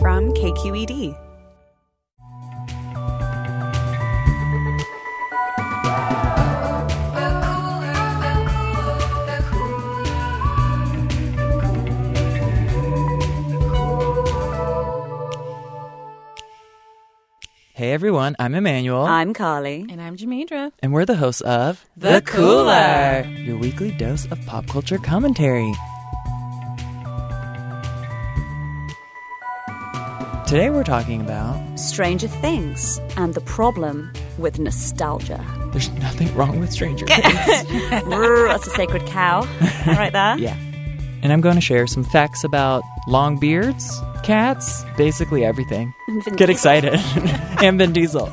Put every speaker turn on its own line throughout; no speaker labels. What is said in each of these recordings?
from
E
KQED.
Hey everyone, I'm Emmanuel,
I'm Carly.
And I'm Jamidra.
and we're the hosts of
The Cooler.
your weekly dose of pop culture commentary. Today we're talking about
Stranger Things and the problem with nostalgia.
there's nothing wrong with Stranger
Brr, That's a sacred cow right there.
Yeah. And I'm going to share some facts about long beards, cats, basically everything.
Vin
Get
Diesel.
excited. and Vin Diesel.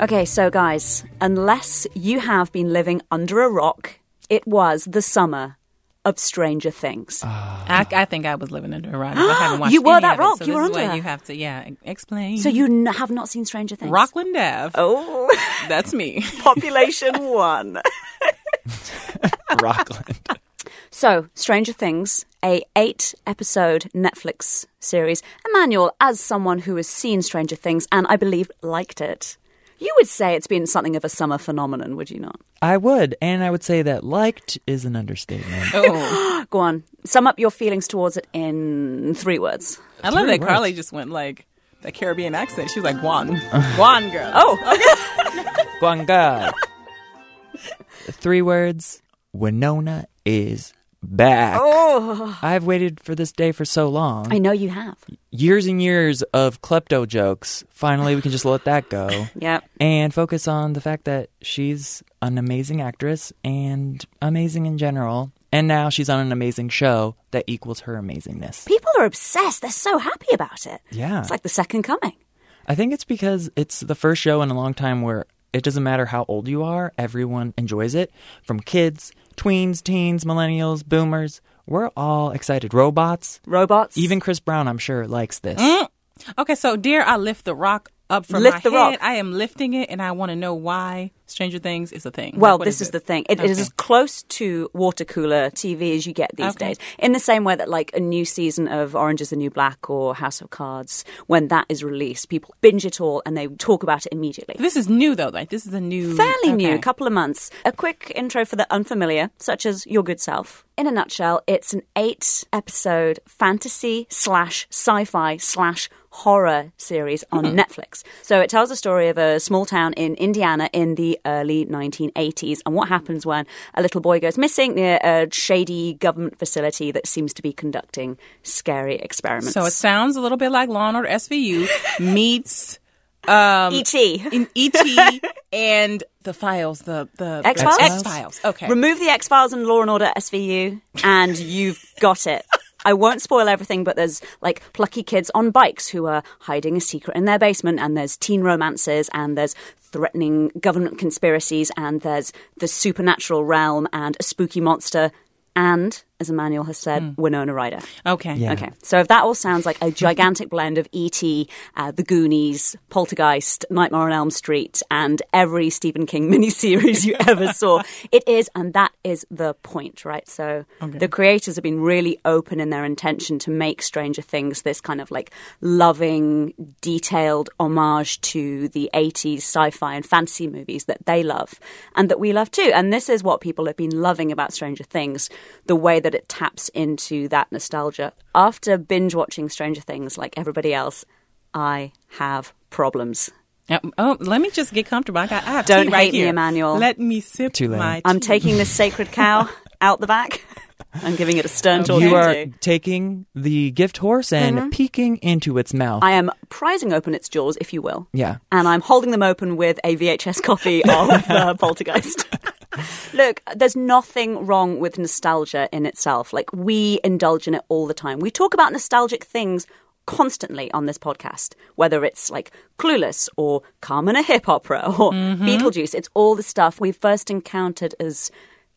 Okay, so guys, unless you have been living under a rock, it was the summer of Stranger Things.
Ah.
I, I think I was living under a rock. I haven't watched
You were
any
that
of it,
rock.
so
You
this
were
is
under
why
that.
You have to, yeah, e- explain.
so you n- have not seen Stranger Things?
Rockland Ave.
Oh,
That's me.
population one.
Rockland.
So, Stranger Things, a eight episode Netflix series. Emmanuel, as someone who has seen Stranger Things and I believe liked it, you would say it's been something of a summer phenomenon, would you not?
I would, and I would say that liked is an understatement.
Oh,
Go on, sum up your feelings towards it in three words.
I love that
words.
Carly just went like that Caribbean accent. She was like Guan, Guan girl.
Oh,
Guanga. Three words. Winona is back. I've waited for this day for so long.
I know you have.
Years and years of klepto jokes. Finally, we can just let that go
Yeah.
and focus on the fact that she's an amazing actress and amazing in general. And now she's on an amazing show that equals her amazingness.
People are obsessed. They're so happy about it.
Yeah.
It's like the second coming.
I think it's because it's the first show in a long time where it doesn't matter how old you are, everyone enjoys it. From kids, tweens, teens, millennials, boomers, we're all excited. Robots,
Robots.
even Chris Brown, I'm sure, likes this.
Mm, Okay, so dear, I lift the rock up from
Oh. Lift the
my
rock.
head. I am lifting it, and I want to know why Stranger Things is a thing.
Well,
Like, what
this is,
it?
the thing. It, it is
Okay.
as close to water cooler TV as you get these
Okay.
days. In the same way that, like, a new season of Orange is the New Black or House of Cards, when that is released, people binge it all and they talk about it immediately.
This is new though. Like this is a new,
Fairly new,
Mm, okay.
a couple of months. A quick intro for the unfamiliar, such as Your Good Self. In a nutshell, it's an eight episode fantasy slash sci fi slash horror series on
Hmm.
Netflix. So it tells the story of a small town in Indiana in the early 1980s and what happens when a little boy goes missing near a shady government facility that seems to be conducting scary experiments.
So it sounds a little bit like Law and Order SVU meets um,
E.T.
in ET and the files, the the
X Files?
X Files. Okay.
Remove the X Files and Law and Order SVU, and you've got it. I won't spoil everything, but there's like plucky kids on bikes who are hiding a secret in their basement, and there's teen romances, and there's threatening government conspiracies, and there's the supernatural realm, and a spooky monster, and, as Emmanuel has said, Winona Ryder.
okay.
Yeah.
Okay, so if that all sounds like a gigantic blend of E.T., uh, The Goonies, Poltergeist, Nightmare on Elm Street, and every Stephen King miniseries you ever saw, it is, and that is the point, right? So the creators have been really open in their intention to make Stranger Things this kind of like loving, detailed homage to the 80s sci fi and fantasy movies that they love and that we love too. And this is what people have been loving about Stranger Things the way that it taps into that nostalgia. After binge watching Stranger Things, like everybody else, I have problems.
Uh, Oh, let me just get comfortable. I got. I have
Don't
tea right
hate me,
here.
Emmanuel.
Let me sip
Too late.
my.
I'm
tea.
taking this sacred cow out the back. I'm giving it a stern talking
You are
to.
taking the gift horse and peeking into its mouth.
I am prizing open its jaws, if you will.
yeah.
and I'm holding them open with a VHS copy of uh, Poltergeist. Look, there's nothing wrong with nostalgia in itself. Like, we indulge in it all the time. We talk about nostalgic things constantly on this podcast, whether it's like Clueless or Carmen a Hip Opera or
Mm-hmm.
Beetlejuice. It's all the stuff we first encountered as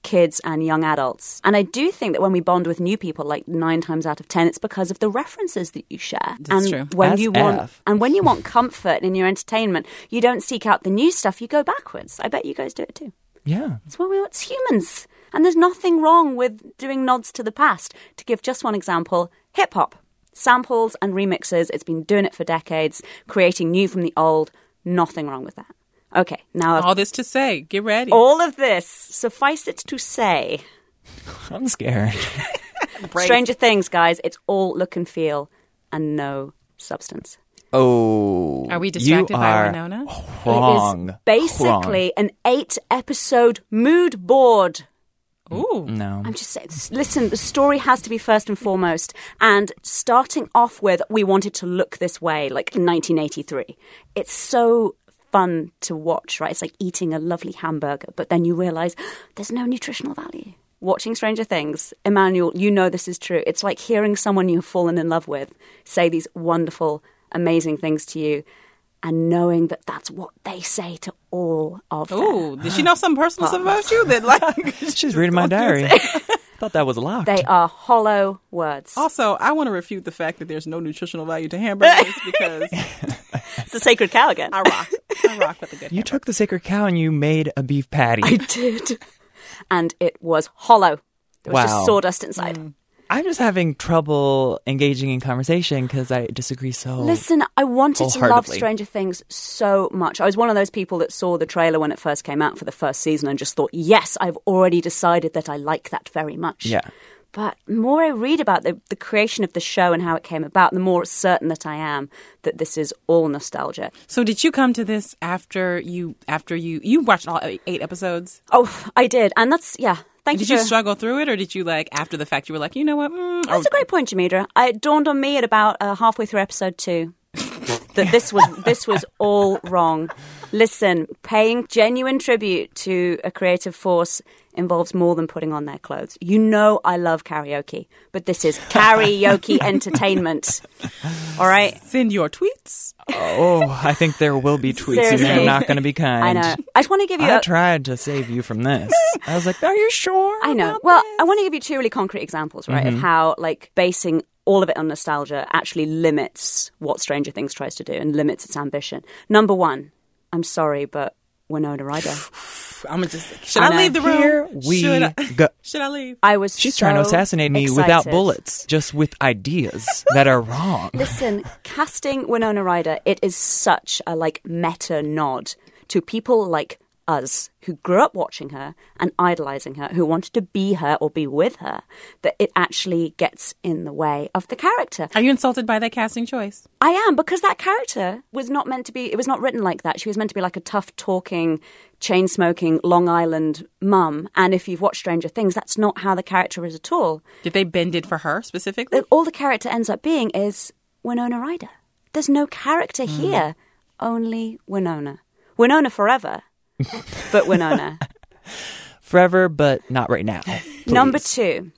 kids and young adults. And I do think that when we bond with new people, like nine times out of ten, it's because of the references that you share.
That's
and
true.
when
As
you want
F.
and when you want comfort in your entertainment, you don't seek out the new stuff, you go backwards. I bet you guys do it too.
Yeah.
It's why we're it's humans. And there's nothing wrong with doing nods to the past. To give just one example, hip hop. Samples and remixes, it's been doing it for decades, creating new from the old. Nothing wrong with that. Okay, now
All this to say, get ready.
all of this, suffice it to say,
I'm scared.
Stranger Things, guys, it's all look and feel and no substance.
Oh,
Are we distracted
you
by
are
Winona?
Wrong.
It is basically an eight episode mood board.
Ooh.
wrong. no.
I'm just saying, s- listen, the story has to be first and foremost. And starting off with, we wanted to look this way, like in 1983. It's so fun to watch, right? It's like eating a lovely hamburger, but then you realize there's no nutritional value. Watching Stranger Things, Emmanuel, you know this is true. It's like hearing someone you've fallen in love with say these wonderful, amazing things to you and knowing that that's what they say to all of them.
Ooh. Did she know some personal stuff about you that like
She's reading my diary. Thought that was locked.
They are hollow words.
Also, I want to refute the fact that there's no nutritional value to hamburgers because
It's a sacred cow again.
I rock. I rock with a good
you took the sacred cow and you made a beef patty.
I did. And it was hollow. There was
Wow. Mm.
just sawdust inside.
I'm just having trouble engaging in conversation because I disagree so.
Listen, I wanted to love
Wholeheartedly.
Stranger Things so much. I was one of those people that saw the trailer when it first came out for the first season and just thought, yes, I've already decided that I like that very much.
Yeah.
But the more I read about the, the creation of the show and how it came about, the more certain that I am that this is all nostalgia.
So did you come to this after you after you you watched all e, eight episodes?
Oh, I did. And that's, yeah. Thank
Did
you
you
for-
struggle through it, or did you like after the fact you were like, you know what? Mm, or-
That's a great point, Jamidra. I- It dawned on me at about uh, halfway through episode two that this was this was all wrong. Listen, paying genuine tribute to a creative force involves more than putting on their clothes. You know I love karaoke, but this is karaoke entertainment. All right.
Send your tweets.
Oh, I think there will be tweets, and
Seriously.
they're not going to be kind.
I know. I just want to give you
I
a,
tried to save you from this. I was like, "Are you sure?"
I know.
about
Well,
this?"
I want to give you two really concrete examples, right,
Mm-hmm.
of how like basing all of it on nostalgia actually limits what Stranger Things tries to do and limits its ambition. Number one, I'm sorry, but Winona Ryder.
I'm gonna just. Should
I
I,
know.
leave the room?
Here we
should I,
go.
Should I leave?
I was.
She's trying to
so
assassinate me without
excited.
bullets, just with ideas that are wrong.
Listen, casting Winona Ryder, it is such a like meta nod to people like us who grew up watching her and idolizing her, who wanted to be her or be with her, that it actually gets in the way of the character.
Are you insulted by that casting choice?
I am because that character was not meant to be. It was not written like that. She was meant to be like a tough talking, chain smoking Long Island mum. And if you've watched Stranger Things, that's not how the character is at all.
Did they bend it for her specifically?
That All the character ends up being is Winona Ryder. There's no character here, only Winona. Winona forever, but Winona.
Forever, but not right now.
Number two,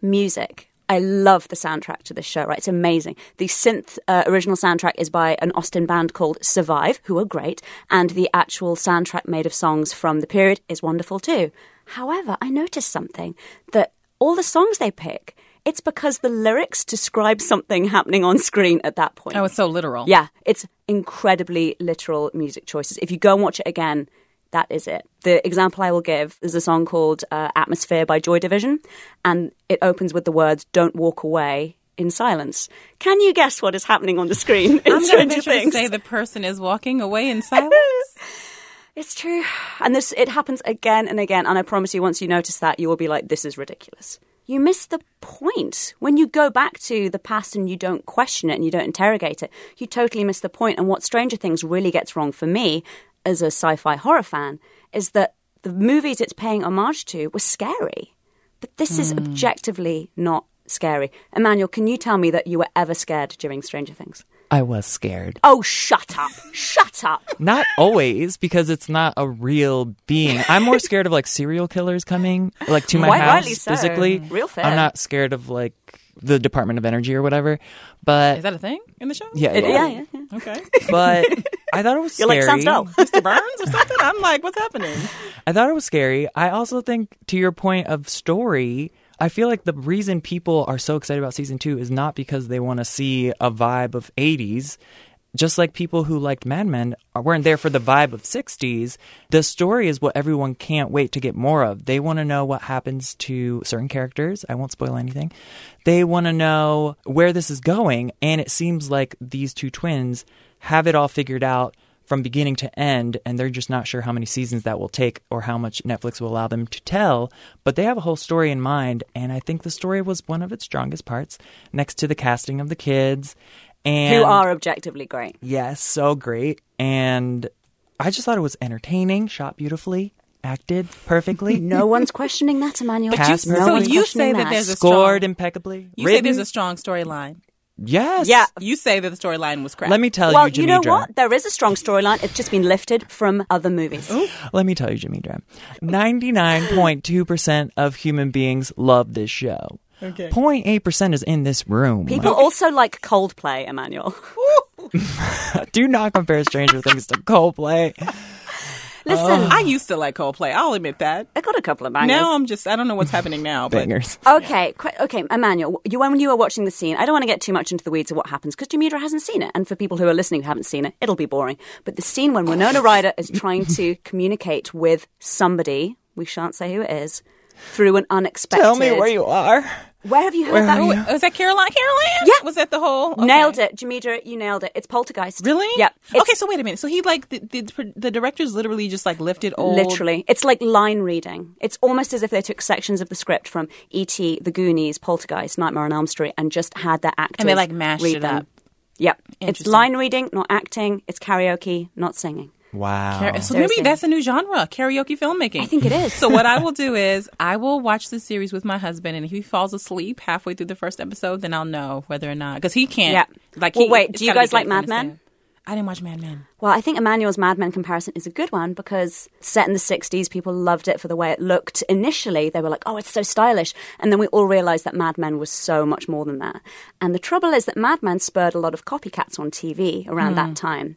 music. I love the soundtrack to this show, right? It's amazing. The synth uh, original soundtrack is by an Austin band called Survive, who are great, and the actual soundtrack made of songs from the period is wonderful too. However, I noticed something that all the songs they pick, it's because the lyrics describe something happening on screen at that point.
Oh, it's so literal.
Yeah, it's incredibly literal music choices. If you go and watch it again, that is it. The example I will give is a song called uh, Atmosphere by Joy Division, and it opens with the words, Don't walk away in silence. Can you guess what is happening on the screen in
I'm gonna
Stranger
venture to
Things?
say the person is walking away in silence.
It's true. And this it happens again and again, and I promise you once you notice that you will be like this is ridiculous. You miss the point. When you go back to the past and you don't question it and you don't interrogate it, you totally miss the point. And what Stranger Things really gets wrong for me as a sci-fi horror fan is that the movies it's paying homage to were scary. But this is objectively not scary. Emmanuel, can you tell me that you were ever scared during Stranger Things?
I was scared.
Oh, shut up. shut up.
Not always, because it's not a real being. I'm more scared of like serial killers coming like to my
Quite
house
rightly so.
physically.
Real fair.
I'm not scared of like the Department of Energy or whatever. But
Is that a thing in the show?
yeah,
It-
yeah,
yeah, yeah, yeah.
Okay.
But I thought it was
You're
scary.
like, sounds dull.
Mr. Burns or something? I'm like, what's happening?
I thought it was scary. I also think, to your point of story, I feel like the reason people are so excited about season two is not because they want to see a vibe of 80s. just like people who liked Mad Men are- weren't there for the vibe of 60s, the story is what everyone can't wait to get more of. They want to know what happens to certain characters. I won't spoil anything. They want to know where this is going. And it seems like these two twins have it all figured out from beginning to end, and they're just not sure how many seasons that will take or how much Netflix will allow them to tell. But they have a whole story in mind, and I think the story was one of its strongest parts, next to the casting of the kids. And
who are objectively great.
yes, so great. And I just thought it was entertaining, shot beautifully, acted perfectly,
No one's questioning that, Emmanuel.
But you- Cast
no
so
one's
you
questioning
say that there's a-
scored impeccably.
You say
written.
there's a strong storyline.
yes,
Yeah.
You say that the storyline was crap.
Let me tell
well,
you, Jimmy
you know
Dre.
what? There is a strong storyline. It's just been lifted from other movies.
Let me tell you, Jimmy Dram. 99.2% of human beings love this show. Okay. 0.8% is in this room.
People also like Coldplay, Emmanuel.
Do not compare Stranger Things to Coldplay. Oh.
Listen,
I used to like Coldplay. I'll admit that.
I got a couple of bangers.
Now I'm just I don't know what's happening now. But
Bangers.
Okay, qu- okay, Emmanuel, you, when you were watching the scene, I don't want to get too much into the weeds of what happens because Jamidra hasn't seen it. And for people who are listening who haven't seen it, it'll be boring. But the scene when Winona Ryder is trying to communicate with somebody, we shan't say who it is, through an unexpected.
Tell me where you are.
Where have you heard that?
Oh, was that Caroline? Caroline?
Yeah.
Was that the whole? okay.
Nailed it, Jamidra, you nailed it. It's Poltergeist.
Really?
Yeah. It's
Okay, so wait a minute. So he like the, the the directors literally just like lifted old.
Literally. It's like line reading. It's almost as if they took sections of the script from E.T., The Goonies, Poltergeist, Nightmare on Elm Street, and just had their actors.
And they, like, mashed
read
it
them.
up.
Yep. It's
Interesting.
line reading, not acting. It's karaoke, not singing.
Wow.
Car- So
There's
maybe
a-
that's a new genre, karaoke filmmaking.
I think it is.
So what I will do is I will watch the series with my husband, and if he falls asleep halfway through the first episode, then I'll know whether or not because he can't.
Yeah.
Like,
Well,
he,
wait,
it's
do you
gotta be
guys like
good to
Mad Men?
understand. I didn't watch Mad Men.
Well, I think Emmanuel's Mad Men comparison is a good one because set in the 60s, people loved it for the way it looked. Initially, they were like, oh, it's so stylish. And then we all realized that Mad Men was so much more than that. And the trouble is that Mad Men spurred a lot of copycats on TV around
Hmm.
that time,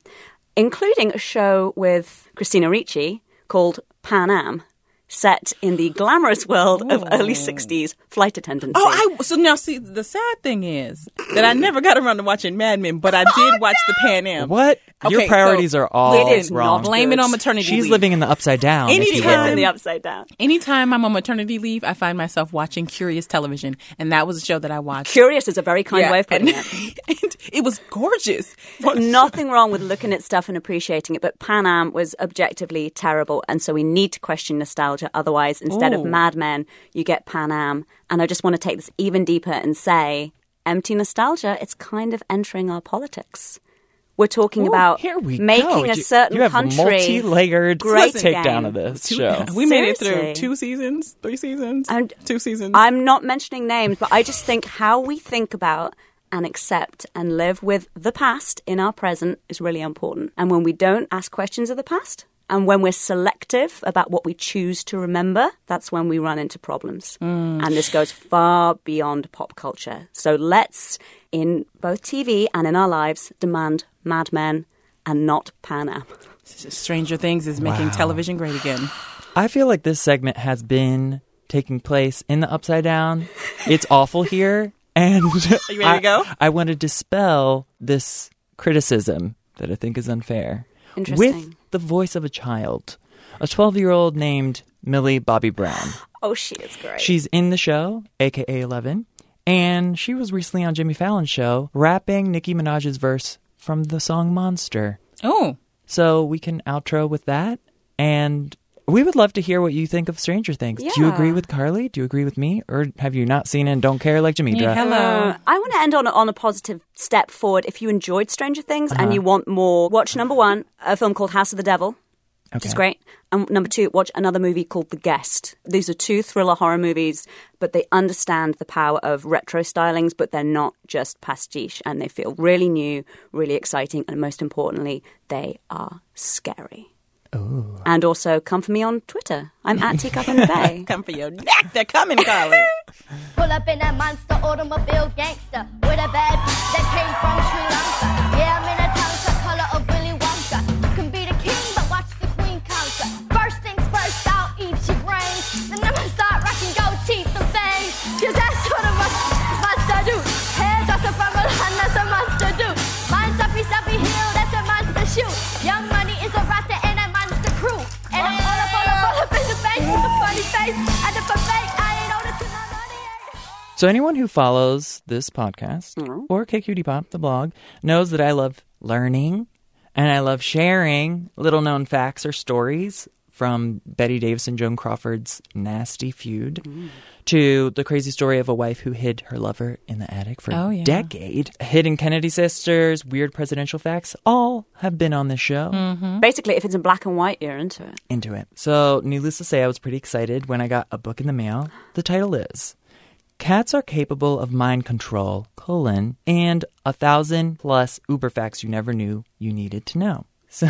including a show with Christina Ricci called Pan Am. Set in the glamorous world of early 60s flight attendants.
Oh, I so now see the sad thing is that I never got around to watching Mad Men, but I did
Oh,
watch the Pan Am.
What? Your
Okay,
priorities
so
are all
it is not
wrong.
Blame it on maternity.
She's
leave.
living in the upside down. if you
Anytime-
will.
in the upside down.
Anytime I'm on maternity leave, I find myself watching Curious Television, and that was a show that I watched.
Curious is a very kind
Yeah,
way of putting
and-
it.
and it was gorgeous.
nothing wrong with looking at stuff and appreciating it, but Pan Am was objectively terrible, and so we need to question nostalgia. Otherwise, instead of
Ooh.
Mad Men, you get Pan Am. And I just want to take this even deeper and say, empty nostalgia. It's kind of entering our politics. We're talking
Ooh,
about
here we go.
making
You-
a certain
you have
country
multi-layered
great
takedown
again.
of this
Two-
show.
We made it
Seriously.
through two seasons, three seasons,
I'm-
two seasons.
I'm not mentioning names, but I just think how we think about and accept and live with the past in our present is really important. And when we don't ask questions of the past, and when we're selective about what we choose to remember, that's when we run into problems. And this goes far beyond pop culture. So let's, in both TV and in our lives, demand Mad Men and not Pan Am.
Stranger Things is making television great again.
I feel like this segment has been taking place in the upside down. It's awful here. And
you ready to go?
I, I want to dispel this criticism that I think is unfair. With
Interesting.
the voice of a child, a 12 year old named Millie Bobby Brown.
Oh, she is great.
She's in the show, aka Eleven, and she was recently on Jimmy Fallon's show rapping Nicki Minaj's verse from the song Monster.
Oh,
So we can outro with that. And we would love to hear what you think of Stranger Things. Do you
Yeah.
agree with Carly? Do you agree with me? Or have you not seen it and don't care like Jamidra?
Yeah, hello.
Uh, I want to end on a, on a positive step forward. If you enjoyed Stranger Things and you want more, watch number one, a film called House of the Devil, which is
Okay.
great. And number two, watch another movie called The Guest. These are two thriller horror movies, but they understand the power of retro stylings, but they're not just pastiche and they feel really new, really exciting, and most importantly, they are scary. And also, come for me on Twitter. I'm at Teacup in the Bay.
come for your neck. They're coming, Carly.
Pull up in that monster automobile gangster with a bad bitch that came from Sri Lanka. Yeah, I'm in a town the color of Willy Wonka. You can be the king, but watch the queen conquer. First things first, I'll eat your brains. Then I'm gonna start rocking gold teeth and fangs. Cause that's what a mus- monster do. Hands off the front, but that's a monster do. Mine's up, he's up, he healed.
So anyone who follows this podcast
Mm-hmm.
or KQD Pop, the blog, knows that I love learning and I love sharing little known facts or stories from Betty Davis and Joan Crawford's nasty feud
Mm-hmm.
to the crazy story of a wife who hid her lover in the attic for
Oh,
a
yeah.
decade. Hidden Kennedy sisters, weird presidential facts, all have been on this show
Basically, if it's in black and white, you're into it.
into it. So, needless to say, I was pretty excited when I got a book in the mail. The title is Cats Are Capable of Mind Control, colon, and a thousand plus Uber facts you never knew you needed to know. So,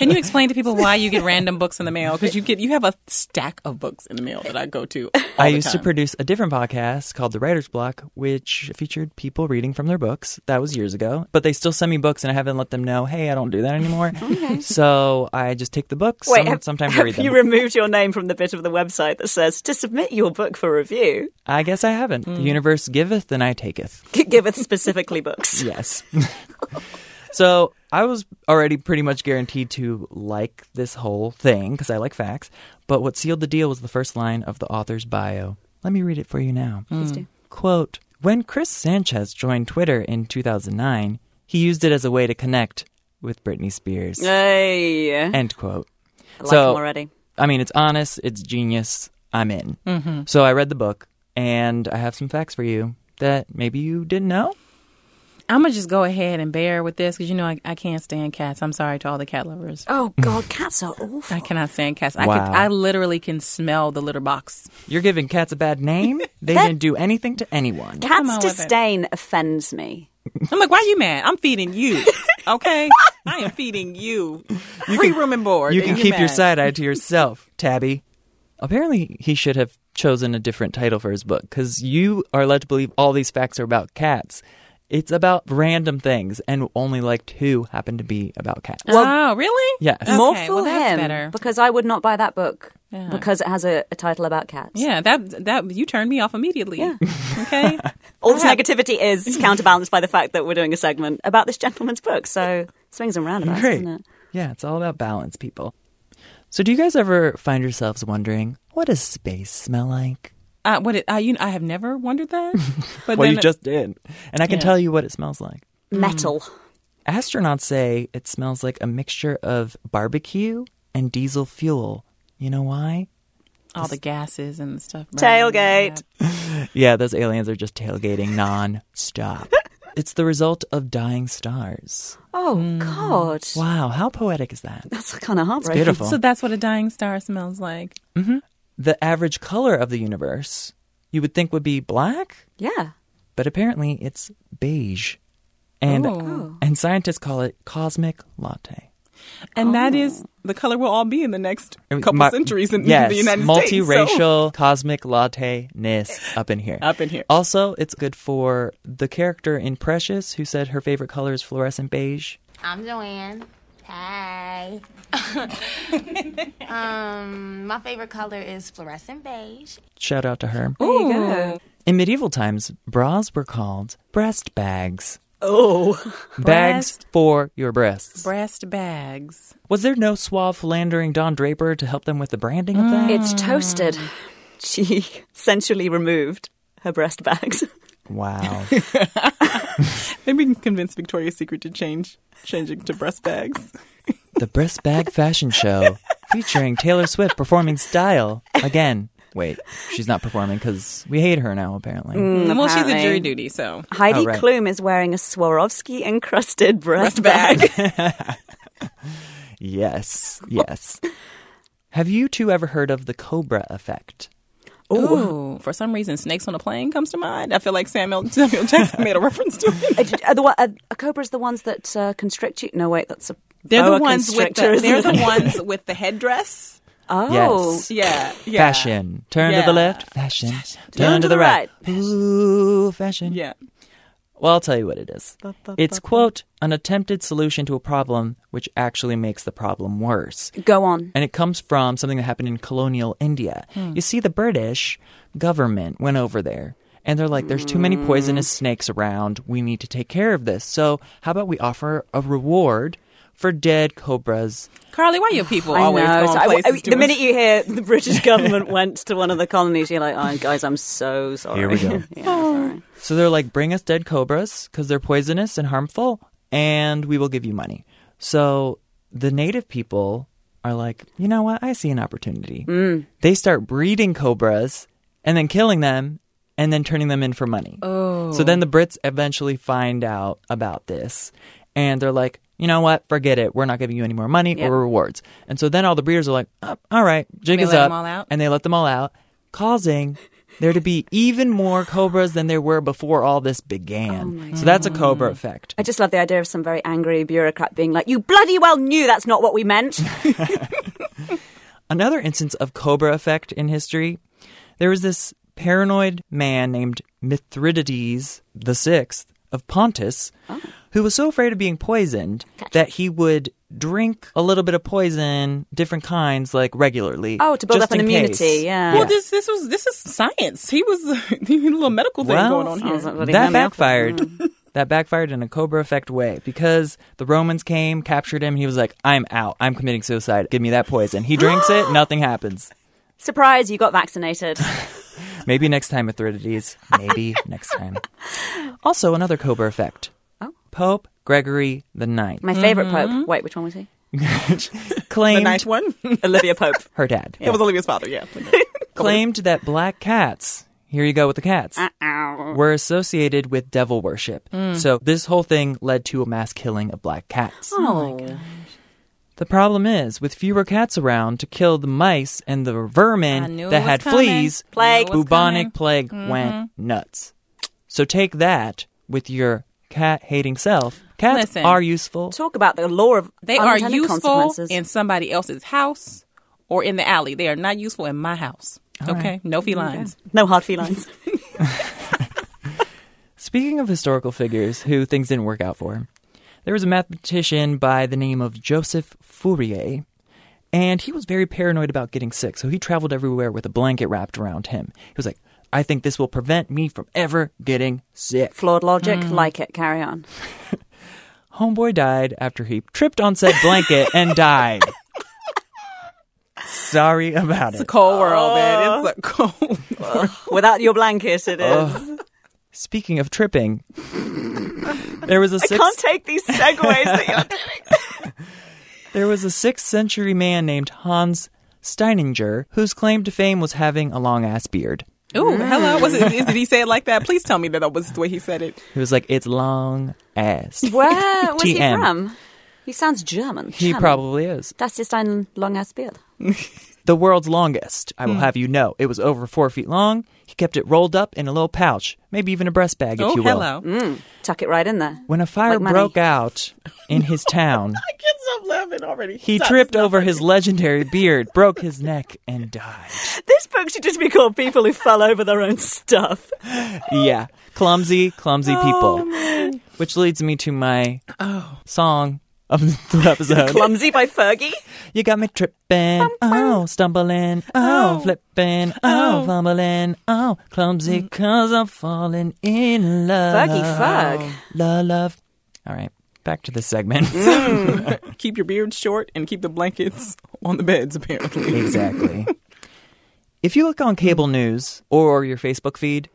Can you explain to people why you get random books in the mail? Because you get you have a stack of books in the mail that I go to. all
I
the
used to
time.
produce a different podcast called The Writer's Block, which featured people reading from their books. That was years ago, but they still send me books, and I haven't let them know, hey, I don't do that anymore. So, I just take the books. some-
have-
sometimes I
have
read them.
you removed your name from the bit of the website that says to submit your book for review?
I guess I haven't.
Hmm.
The universe giveth and I taketh.
Giveth specifically books.
Yes. so I was already pretty much guaranteed to like this whole thing because I like facts. But what sealed the deal was the first line of the author's bio. Let me read it for you now.
do.
Quote When Chris Sanchez joined Twitter in 2009, he used it as a way to connect with Britney Spears.
Hey, I like
End quote.
them
so
already.
I mean, it's honest, it's genius. I'm in. Mm-hmm. So I read the book, and I have some facts for you that maybe you didn't know.
I'm gonna just go ahead and bear with this because you know I, I can't stand cats. I'm sorry to all the cat lovers.
Oh God, cats are awful.
I cannot stand cats. I
Wow.
could, I literally can smell the litter box.
You're giving cats a bad name. They didn't do anything to anyone.
Come on
Cats
with it.
disdain offends me.
I'm like, why are you mad? I'm feeding you. Okay, I am feeding you. Free room and board.
You
and
can
you're
keep your
mad.
side eye to yourself, Tabby. Apparently, he should have chosen a different title for his book because you are led to believe all these facts are about cats. It's about random things, and only like two happen to be about cats.
oh, really?
Yes.
Okay,
More
well,
for
that's
him
better.
because I would not buy that book
Yeah.
because it has a, a title about cats.
Yeah, that that you turned me off immediately. Okay.
All this negativity is counterbalanced by the fact that we're doing a segment about this gentleman's book. So swings and roundabouts,
Great.
isn't it?
Yeah, it's all about balance, people. So, do you guys ever find yourselves wondering what does space smell like?
Uh, what it, uh, you, I have never wondered that. But
Well,
then
you just did, and I can
Yeah.
tell you what it smells like.
Metal.
Hmm. Astronauts say it smells like a mixture of barbecue and diesel fuel. You know why?
all the gases and stuff. right?
Tailgate.
Yeah, those aliens are just tailgating non stop. it's the result of dying stars.
Oh God,
Hmm. Wow, how poetic is that?
that's kind of heartbreaking.
Beautiful.
So that's what a dying star smells like.
the average color of the universe you would think would be black,
Yeah.
but apparently it's beige. And
Ooh.
and scientists call it cosmic latte.
And that is the color we'll all be in the next couple
Mu-
centuries in
yes,
the United States. so-
multiracial cosmic latte-ness up in here.
Up in here.
Also, it's good for the character in Precious who said her favorite color is fluorescent beige.
I'm Joanne. Hi. um, my favorite color is fluorescent beige.
Shout out to her.
There you go.
In medieval times, bras were called breast bags.
Oh,
Bags for your breasts.
Breast bags.
Was there no suave philandering Don Draper to help them with the branding
Mm.
of that?
it's
Hmm.
toasted. She sensually removed her breast bags.
Wow.
Maybe we can convince Victoria's Secret to change changing to breast bags.
the breast bag fashion show featuring Taylor Swift performing style again. Wait, she's not performing because we hate her now, apparently.
Mm, well, she's a
apparently.
jury duty, so
Heidi
Oh, right.
Klum is wearing a Swarovski encrusted breast, bag.
Yes, yes. Have you two ever heard of the Cobra effect?
Ooh, for some reason, snakes on a plane comes to mind. I feel like Samuel, Samuel Jackson made a reference to it.
Are the one- are- are cobra's the ones that uh, constrict you? No, wait, that's a
They're the
boa
ones with
constrictor,
the,
isn't
they're the
it?
ones with the headdress.
Oh,
Yes.
Yeah, yeah.
Fashion. Turn to
Yeah.
the left, fashion. Turn, to the right. Ooh, fashion.
Yeah.
Well, I'll tell you what it is. It's, quote, an attempted solution to a problem which actually makes the problem worse.
Go on.
and it comes from something that happened in colonial India. You see, the British government went over there and they're like, there's too many poisonous snakes around. We need to take care of this. So, how about we offer a reward for dead cobras.
Carly, why your people
I
always
know.
going
So I- I-
places?
the
doing-
minute you hear the British government went to one of the colonies, you're like, oh, guys, I'm so sorry.
Here we go.
yeah, sorry.
So they're like, bring us dead cobras because they're poisonous and harmful, and we will give you money. So the native people are like, you know what? I see an opportunity. They start breeding cobras and then killing them and then turning them in for money. Oh. So then the Brits eventually find out about this and they're like, you know what? Forget it. We're not giving you any more money
Yeah.
or rewards. And so then all the breeders are like, oh, all right, jig
They
is
let
up.
them all out?
And they let them all out, causing there to be even more cobras than there were before all this
Oh
began. so that's a cobra effect.
I just love the idea of some very angry bureaucrat being like, you bloody well knew that's not what we meant.
Another instance of cobra effect in history, there was this paranoid man named Mithridates the Sixth of Pontus,
Oh.
who was so afraid of being poisoned that he would drink a little bit of poison, different kinds, like regularly.
Oh, to build up
just
an
in
immunity,
case.
yeah.
Well, this this was this is science. He was he had a little medical thing
Well,
going on
Sounds like
here.
bloody mummy.
that backfired. that backfired in a Cobra effect way because the Romans came, captured him. He was like, "I'm out. I'm committing suicide. Give me that poison." He drinks it. Nothing happens.
Surprise, you got vaccinated.
Maybe next time, Mithridates. Maybe next time. Also, another Cobra effect.
Oh.
Pope Gregory the Ninth
My favorite
Mm-hmm.
pope. Wait, which one was he?
The
claimed
ninth one. It
Olivia Pope.
her dad
was Olivia's father. Yeah.
claimed that black cats. Here you go with the cats.
Uh-uh. Uh-huh.
Ow.
Were associated with devil worship.
Mm.
So, this whole thing led to a mass killing of black cats.
Oh,
The problem is, with fewer cats around to kill the mice and the
I knew
vermin
it
that
was
had
coming.
fleas,
Plague. Knew it
was
bubonic
coming. Mm-hmm.
plague went nuts. So take that with your cat hating self. Cats
Listen.
are useful.
talk about the law of
They are
unintended
useful
consequences.
in somebody else's house or in the alley. They are not useful in my house. okay, no felines.
no hard feelings.
Speaking of historical figures who things didn't work out for, there was a mathematician by the name of Joseph Fourier, and he was very paranoid about getting sick, so he traveled everywhere with a blanket wrapped around him. He was like, I think this will prevent me from ever getting sick.
Flawed logic,
Mm.
like it. Carry on.
Homeboy died after he tripped on said blanket and died. Sorry about it.
Cold world, man. It's a cold.
Without your blanket, it is.
Speaking of tripping, there was a
I
6th
can't take these segues that you're doing.
there was a sixth century man named Hans Steininger whose claim to fame was having a long ass beard.
Ooh, hello. Was it, is, did he say it like that? Please tell me that that was the way he said it.
He was like, "It's long ass."
Where was he
TM.
from? He sounds German.
He
German.
probably is
Das ist ein langes Bild.
the world's longest. I will have you know, it was over four feet long. He kept it rolled up in a little pouch, maybe even a breast bag, if
Oh,
you will.
hello.
Tuck it right in there.
When a fire
Like money.
broke out in his town,
I can't stop laughing already.
He tripped over his legendary beard, broke his neck, and died.
This book should just be called People Who Fell Over Their Own Stuff.
Yeah. Clumsy, clumsy people. Which leads me to my Oh. song of the episode.
Clumsy by Fergie.
you got me tripping, oh, stumbling, oh, flipping, oh, fumbling, oh, clumsy, cause I'm falling in love.
Fergie Ferg.
La love. All right, back to this segment. Mm.
Keep your beard short and keep the blankets on the beds, apparently.
Exactly. if you look on cable news or your Facebook feed,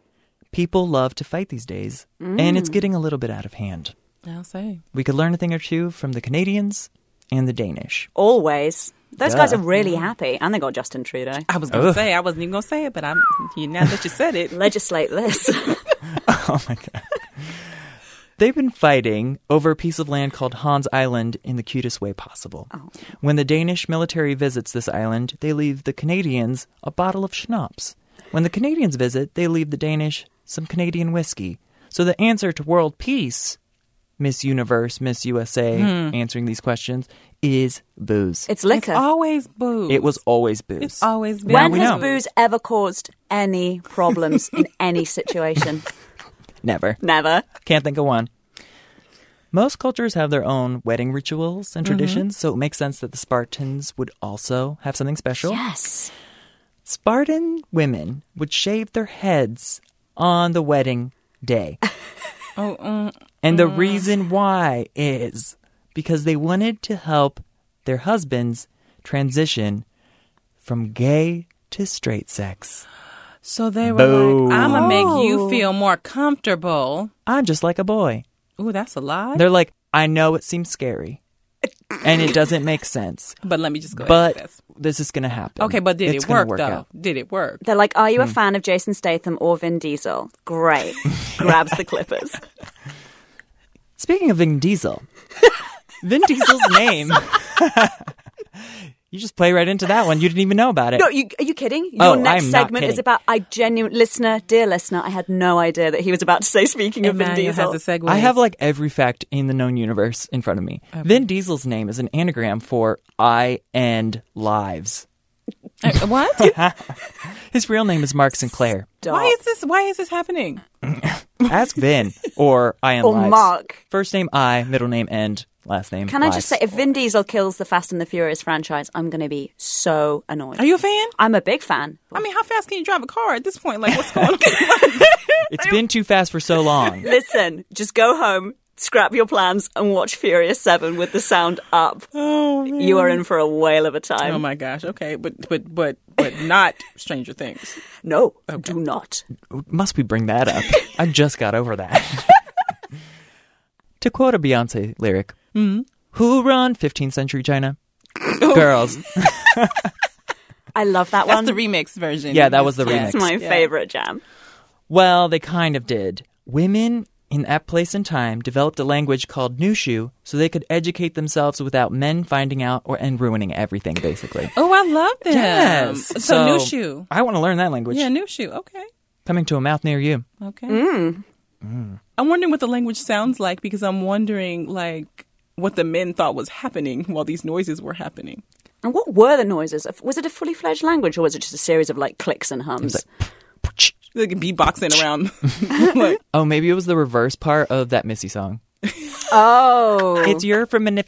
people love to fight these days, and it's getting a little bit out of hand.
I'll say.
We could learn a thing or two from the Canadians and the Danish.
Always. Those
Duh.
guys are really happy. And they got Justin Trudeau.
I was going to say, I wasn't even going to say it, but I'm, you- now that you said it,
Legislate this.
Oh my God. They've been fighting over a piece of land called Hans Island in the cutest way possible. When the Danish military visits this island, they leave the Canadians a bottle of schnapps. When the Canadians visit, they leave the Danish some Canadian whiskey. So the answer to world peace, Miss Universe, Miss USA, answering these questions, is booze.
It's liquor.
always boo.
it was always booze.
It's always been.
when
we
has
know.
booze ever caused any problems in any situation?
Never.
Never.
Can't think of one. Most cultures have their own wedding rituals and traditions, so it makes sense that the Spartans would also have something special.
Yes.
Spartan women would shave their heads on the wedding day.
Oh, mm,
And the reason why is because they wanted to help their husbands transition from gay to straight sex.
So they were
Boo.
like, I'm going to make you feel more comfortable.
I'm just like a boy.
Ooh, that's a lie.
They're like, I know it seems scary and it doesn't make sense,
but let me just go ahead with
but
this.
this is going to happen.
Okay, but did
It's
it
gonna
work, though?
out.
Did it work?
They're like, "Are you a fan of Jason Statham or Vin Diesel?" Great. Grabs the clippers.
Speaking of Vin Diesel, Vin Diesel's name. you just play right into that one. You didn't even know about it.
No, you, are you kidding?
Oh,
Your next
I'm not
segment is
kidding.
about. I genuine listener, dear listener, I had no idea that he was about to say. Speaking of Vin
Emmanuel
Diesel,
has a segue.
I have like every fact in the known universe in front of me. Vin Diesel's name is an anagram for I end lives.
Uh, what?
His real name is Mark Sinclair.
why is this? Why is this happening?
Ask Vin or I end
Oh,
Or
lives.
Mark.
First name I, middle name end, last name.
Can I just say,
lives.
if Vin Diesel kills the Fast and the Furious franchise, I'm going to be so annoyed.
Are you a fan?
I'm a big fan.
I mean, how fast can you drive a car at this point? Like, what's going on?
it's been too fast for so long?
Listen, just go home, scrap your plans, and watch Furious Seven with the sound up.
oh,
You are in for a whale of a time.
my gosh. Okay, but but but but not Stranger Things.
no, do not.
Must we bring that up? I just got over that. to quote a Beyonce lyric,
Mm-hmm.
"Who run 15th century China?
Oh.
Girls."
I love that
That's
one.
the remix version.
Yeah, that was the
Yeah.
remix.
it's my favorite jam.
Well, they kind of did. Women in that place and time developed a language called Nushu so they could educate themselves without men finding out or and ruining everything basically.
Oh, I love them.
Yes.
So,
So,
new shoe.
I want to learn that language.
Yeah, new shoe. Okay.
Coming to a mouth near you.
Okay. Mm. I'm wondering what the language sounds like because I'm wondering like what the men thought was happening while these noises were happening.
And what were the noises? Was it a fully fledged language, or was it just a series of like clicks and hums?
Like beatboxing around. like,
Oh, maybe it was the reverse part of that Missy song.
oh,
It's your from yet.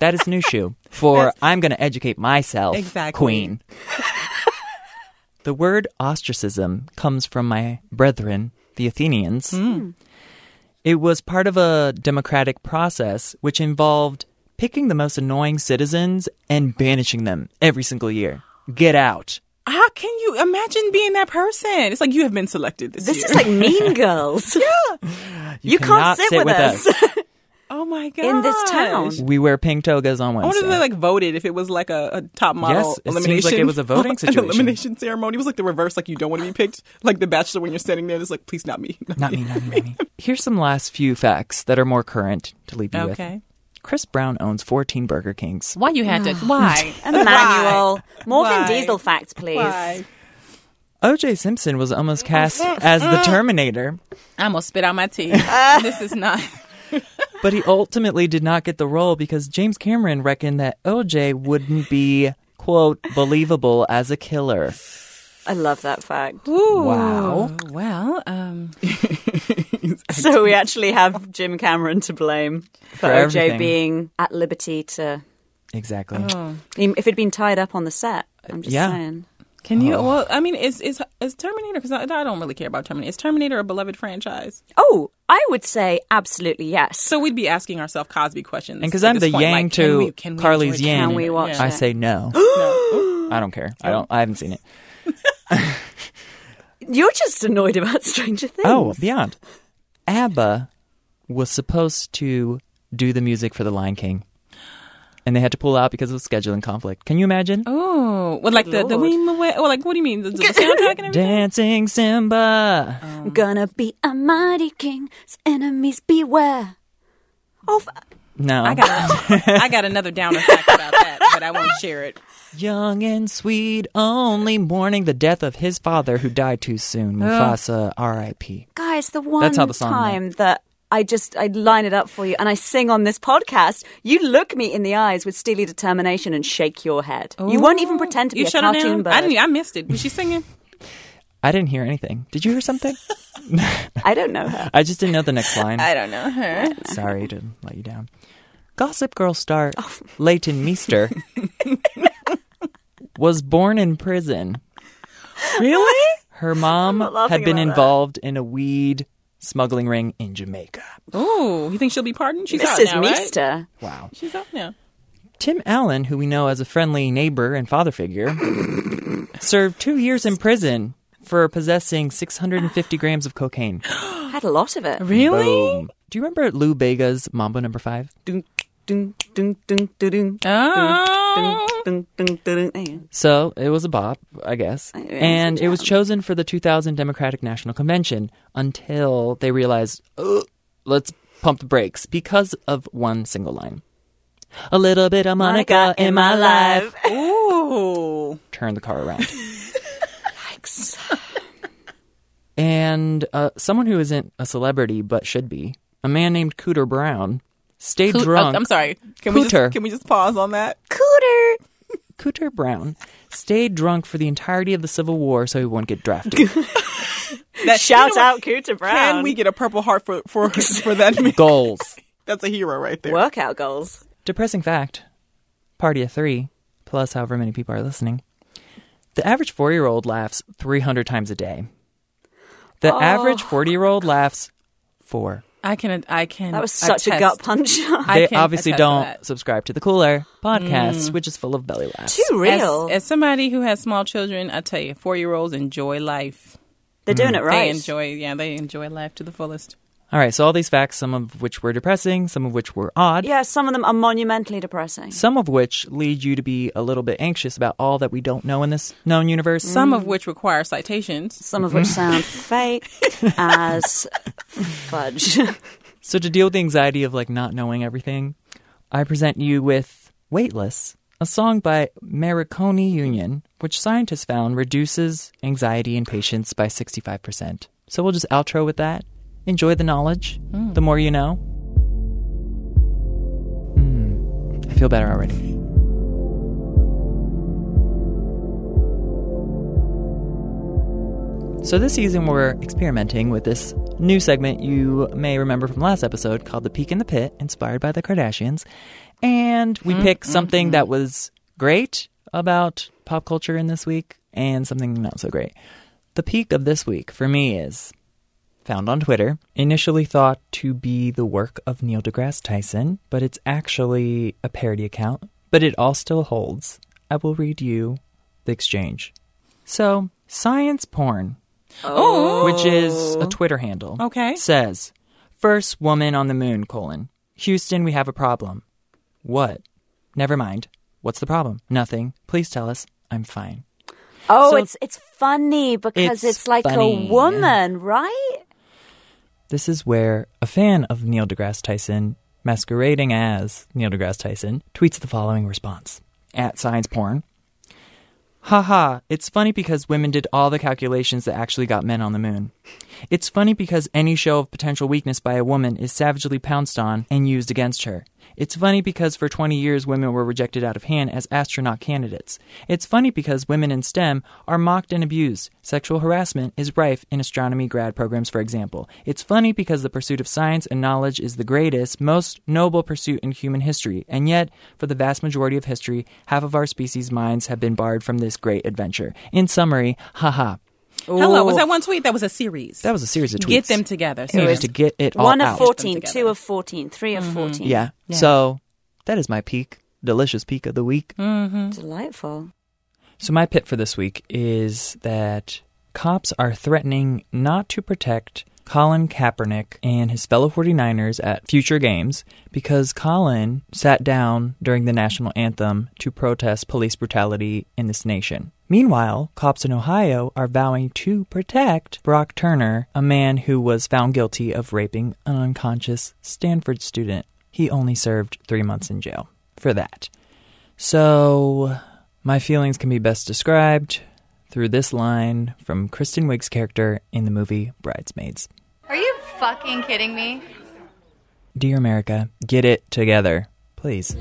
That is Nushu for I'm going to educate myself.
Exactly.
Queen. the word ostracism comes from my brethren, the Athenians.
Hmm.
It was part of a democratic process which involved picking the most annoying citizens and banishing them every single year. Get out.
how can you imagine being that person? It's like you have been selected this,
this
year.
is like Mean Girls. yeah, you, can't
cannot
sit,
sit
with,
with
us.
oh my god.
in this town.
We wear pink togas on
I
Wednesday.
wonder if they like voted if it was like a, a top model
Yes, it seems like
elimination.
it was a voting
an
situation.
elimination ceremony. It was like the reverse, like you don't want to be picked, like the bachelor when you're standing there. It's like, please, not me.
Not me, not me, not me. Here's some last few facts that are more current to leave you with.
Okay.
Chris Brown owns 14 Burger Kings.
Why you had to? Why?
Emmanuel, more
Why?
Vin Diesel facts, please.
Why?
OJ Simpson was almost cast as the Terminator,
I almost spit out my tea. this is not.
but he ultimately did not get the role because James Cameron reckoned that OJ wouldn't be, quote, believable as a killer.
I love that fact.
Wow.
Oh, Well, um,
So we actually have Jim Cameron to blame for,
For everything.
OJ being at liberty to.
Exactly.
Oh.
If it'd been tied up on the set, I'm just
Yeah.
saying.
can
Oh.
you? Well, I mean, is is is Terminator? Because I, I don't really care about Terminator. Is Terminator a beloved franchise?
Oh, I would say absolutely yes.
So we'd be asking ourselves Cosby questions.
And 'cause
at
I'm
this
the
point,
yang
like, can
to
we- can we
Carly's
enjoy
yin.
Can we watch
Yeah.
I say no. I don't care. I don't I haven't seen it.
You're just annoyed about Stranger Things.
Oh, beyond. ABBA was supposed to do the music for The Lion King. And they had to pull out because of scheduling conflict. Can you imagine?
Oh, well, like the the
Lord.
Weem away. Oh, like what do you mean? The, the soundtrack and everything.
Dancing Simba.
I'm gonna be a mighty king. s- Enemies beware. Oh, f-
No.
I got, I got another downer fact about that, but I won't share it.
Young and sweet, only mourning the death of his father who died too soon. Mufasa, R.I.P.
guys, the one
That's how the song went.
time that I just I line it up for you and I sing on this podcast, you look me in the eyes with steely determination and shake your head. You won't even pretend to be
You
a
shut her
cartoon
down.
bird.
I didn't. I missed it. Was she singing?
I didn't hear anything. Did you hear something?
I don't know her.
I just didn't know the next line.
don't know her.
Sorry to let you down. Gossip Girl star Leighton Meester was born in prison.
Really?
Her mom
not laughing
had
about
been
that.
involved in a weed smuggling ring in Jamaica.
Ooh, you think she'll be pardoned? She's out
Mrs.
now, right?
Meester.
Wow.
She's out now.
Tim Allen, who we know as a friendly neighbor and father figure, served two years in prison for possessing 650 grams of cocaine.
Had a lot of it.
Really?
Boom. Do you remember Lou Bega's Mambo Number Five?
Dun, dun, dun, dun, dun, dun,
Oh.
dun, dun, dun, dun.
So it was a bop, I guess. And it was chosen for the 2000 Democratic National Convention until they realized, "Ugh, let's pump the brakes because of one single line. A little bit of Monica in my life.
Ooh.
Turn the car around. And uh, someone who isn't a celebrity but should be, a man named Cooter Brown, stayed
Coot-
drunk.
uh, I'm sorry. Can we,
Cooter.
just, can we just pause on that?
Cooter.
Cooter Brown stayed drunk for the entirety of the Civil War so he wouldn't get drafted.
that
Shout
you know
out
what?
Cooter Brown.
Can we get a Purple Heart for for for that? man?
Goals.
That's a hero right there.
workout goals?
Depressing fact party of three, plus however many people are listening. The average four year old laughs 300 times a day. The average
Oh.
40 year old laughs four.
I can. I can.
That was such a gut
attest.
punch.
I
They
can
obviously
attest to
don't
that. Mm.
subscribe to the Cooler podcast, which is full of belly laughs.
Too
As,
real.
as somebody who has small children, I tell you, four year olds enjoy life.
They're doing it
They
right.
enjoy, yeah, they enjoy life to the fullest.
All right, so all these facts, some of which were depressing, some of which were odd,
Yeah, some of them are monumentally depressing.
some of which lead you to be a little bit anxious about all that we don't know in this known universe.
Some of which require citations.
Some of which sound fake as fudge.
So to deal with the anxiety of like not knowing everything, I present you with Weightless, a song by Maricone Union, which scientists found reduces anxiety in patients by 65%. So we'll just outro with that. Enjoy the knowledge. The more you know. Mm, I feel better already. So, this season, we're experimenting with this new segment you may remember from last episode called The Peak in the Pit, inspired by the Kardashians. And we pick something that was great about pop culture in this week and something not so great. The peak of this week for me is found on Twitter, initially thought to be the work of Neil deGrasse Tyson, but it's actually a parody account, but it all still holds. I will read you the exchange. So, science porn
Oh,
which is a Twitter handle.
Okay.
Says, first woman on the moon, colon. Houston, we have a problem. What? Never mind. What's the problem? Nothing. Please tell us. I'm fine.
Oh,
So-
it's it's funny because
It's
it's, like
funny.
a woman, right?
This is where a fan of Neil deGrasse Tyson, masquerading as Neil deGrasse Tyson, tweets the following response at science porn. Haha, it's funny because women did all the calculations that actually got men on the moon. It's funny because any show of potential weakness by a woman is savagely pounced on and used against her. It's funny because for 20 years women were rejected out of hand as astronaut candidates. It's funny because women in STEM are mocked and abused. Sexual harassment is rife in astronomy grad programs, for example. It's funny because the pursuit of science and knowledge is the greatest, most noble pursuit in human history, and yet, for the vast majority of history, half of our species' minds have been barred from this great adventure. In summary, haha.
hello. Was that one tweet? That was a series.
That was a series of tweets.
Get them together.
It was
seriously.
to get it all
One
out.
of 14,
Put them
two of 14, three of 14.
Yeah. So that is my peak, delicious peak of the week.
Delightful.
So my pit for this week is that cops are threatening not to protect Colin Kaepernick and his fellow 49ers at future games because Colin sat down during the national anthem to protest police brutality in this nation. Meanwhile, cops in Ohio are vowing to protect Brock Turner, a man who was found guilty of raping an unconscious Stanford student. He only served three months in jail for that. So, my feelings can be best described through this line from Kristen Wiig's character in the movie Bridesmaids.
Are you fucking kidding me?
Dear America, get it together, please.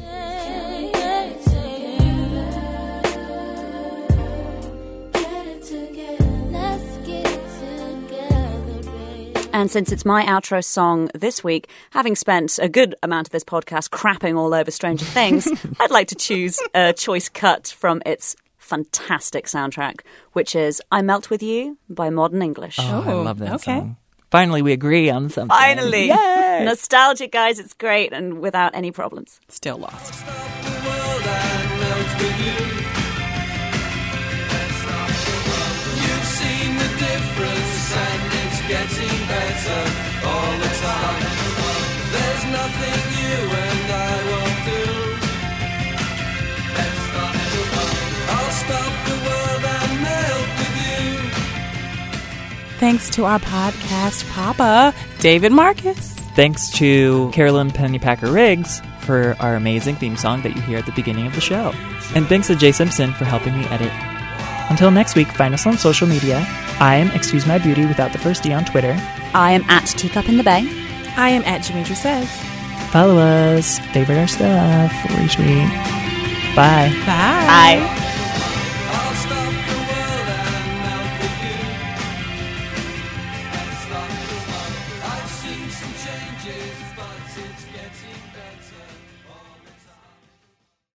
And since it's my outro song this week, having spent a good amount of this podcast crapping all over Stranger Things, I'd like to choose a choice cut from its fantastic soundtrack, which is I Melt With You by Modern English.
Oh, I love that
okay.
song. Finally, we agree on something.
Finally.
Yay!
Nostalgic, guys. It's great and without any problems.
Still lost. Thanks to our podcast papa, David Marcus.
Thanks to Carolyn Pennypacker Riggs for our amazing theme song that you hear at the beginning of the show. And thanks to Jay Simpson for helping me edit. Until next week, find us on social media. I am Excuse My Beauty without the first D on Twitter.
I am at Teacup in the Bay.
I am at Jamidra Says.
Follow us, favorite our stuff, retweet. Bye.
Bye.
Bye.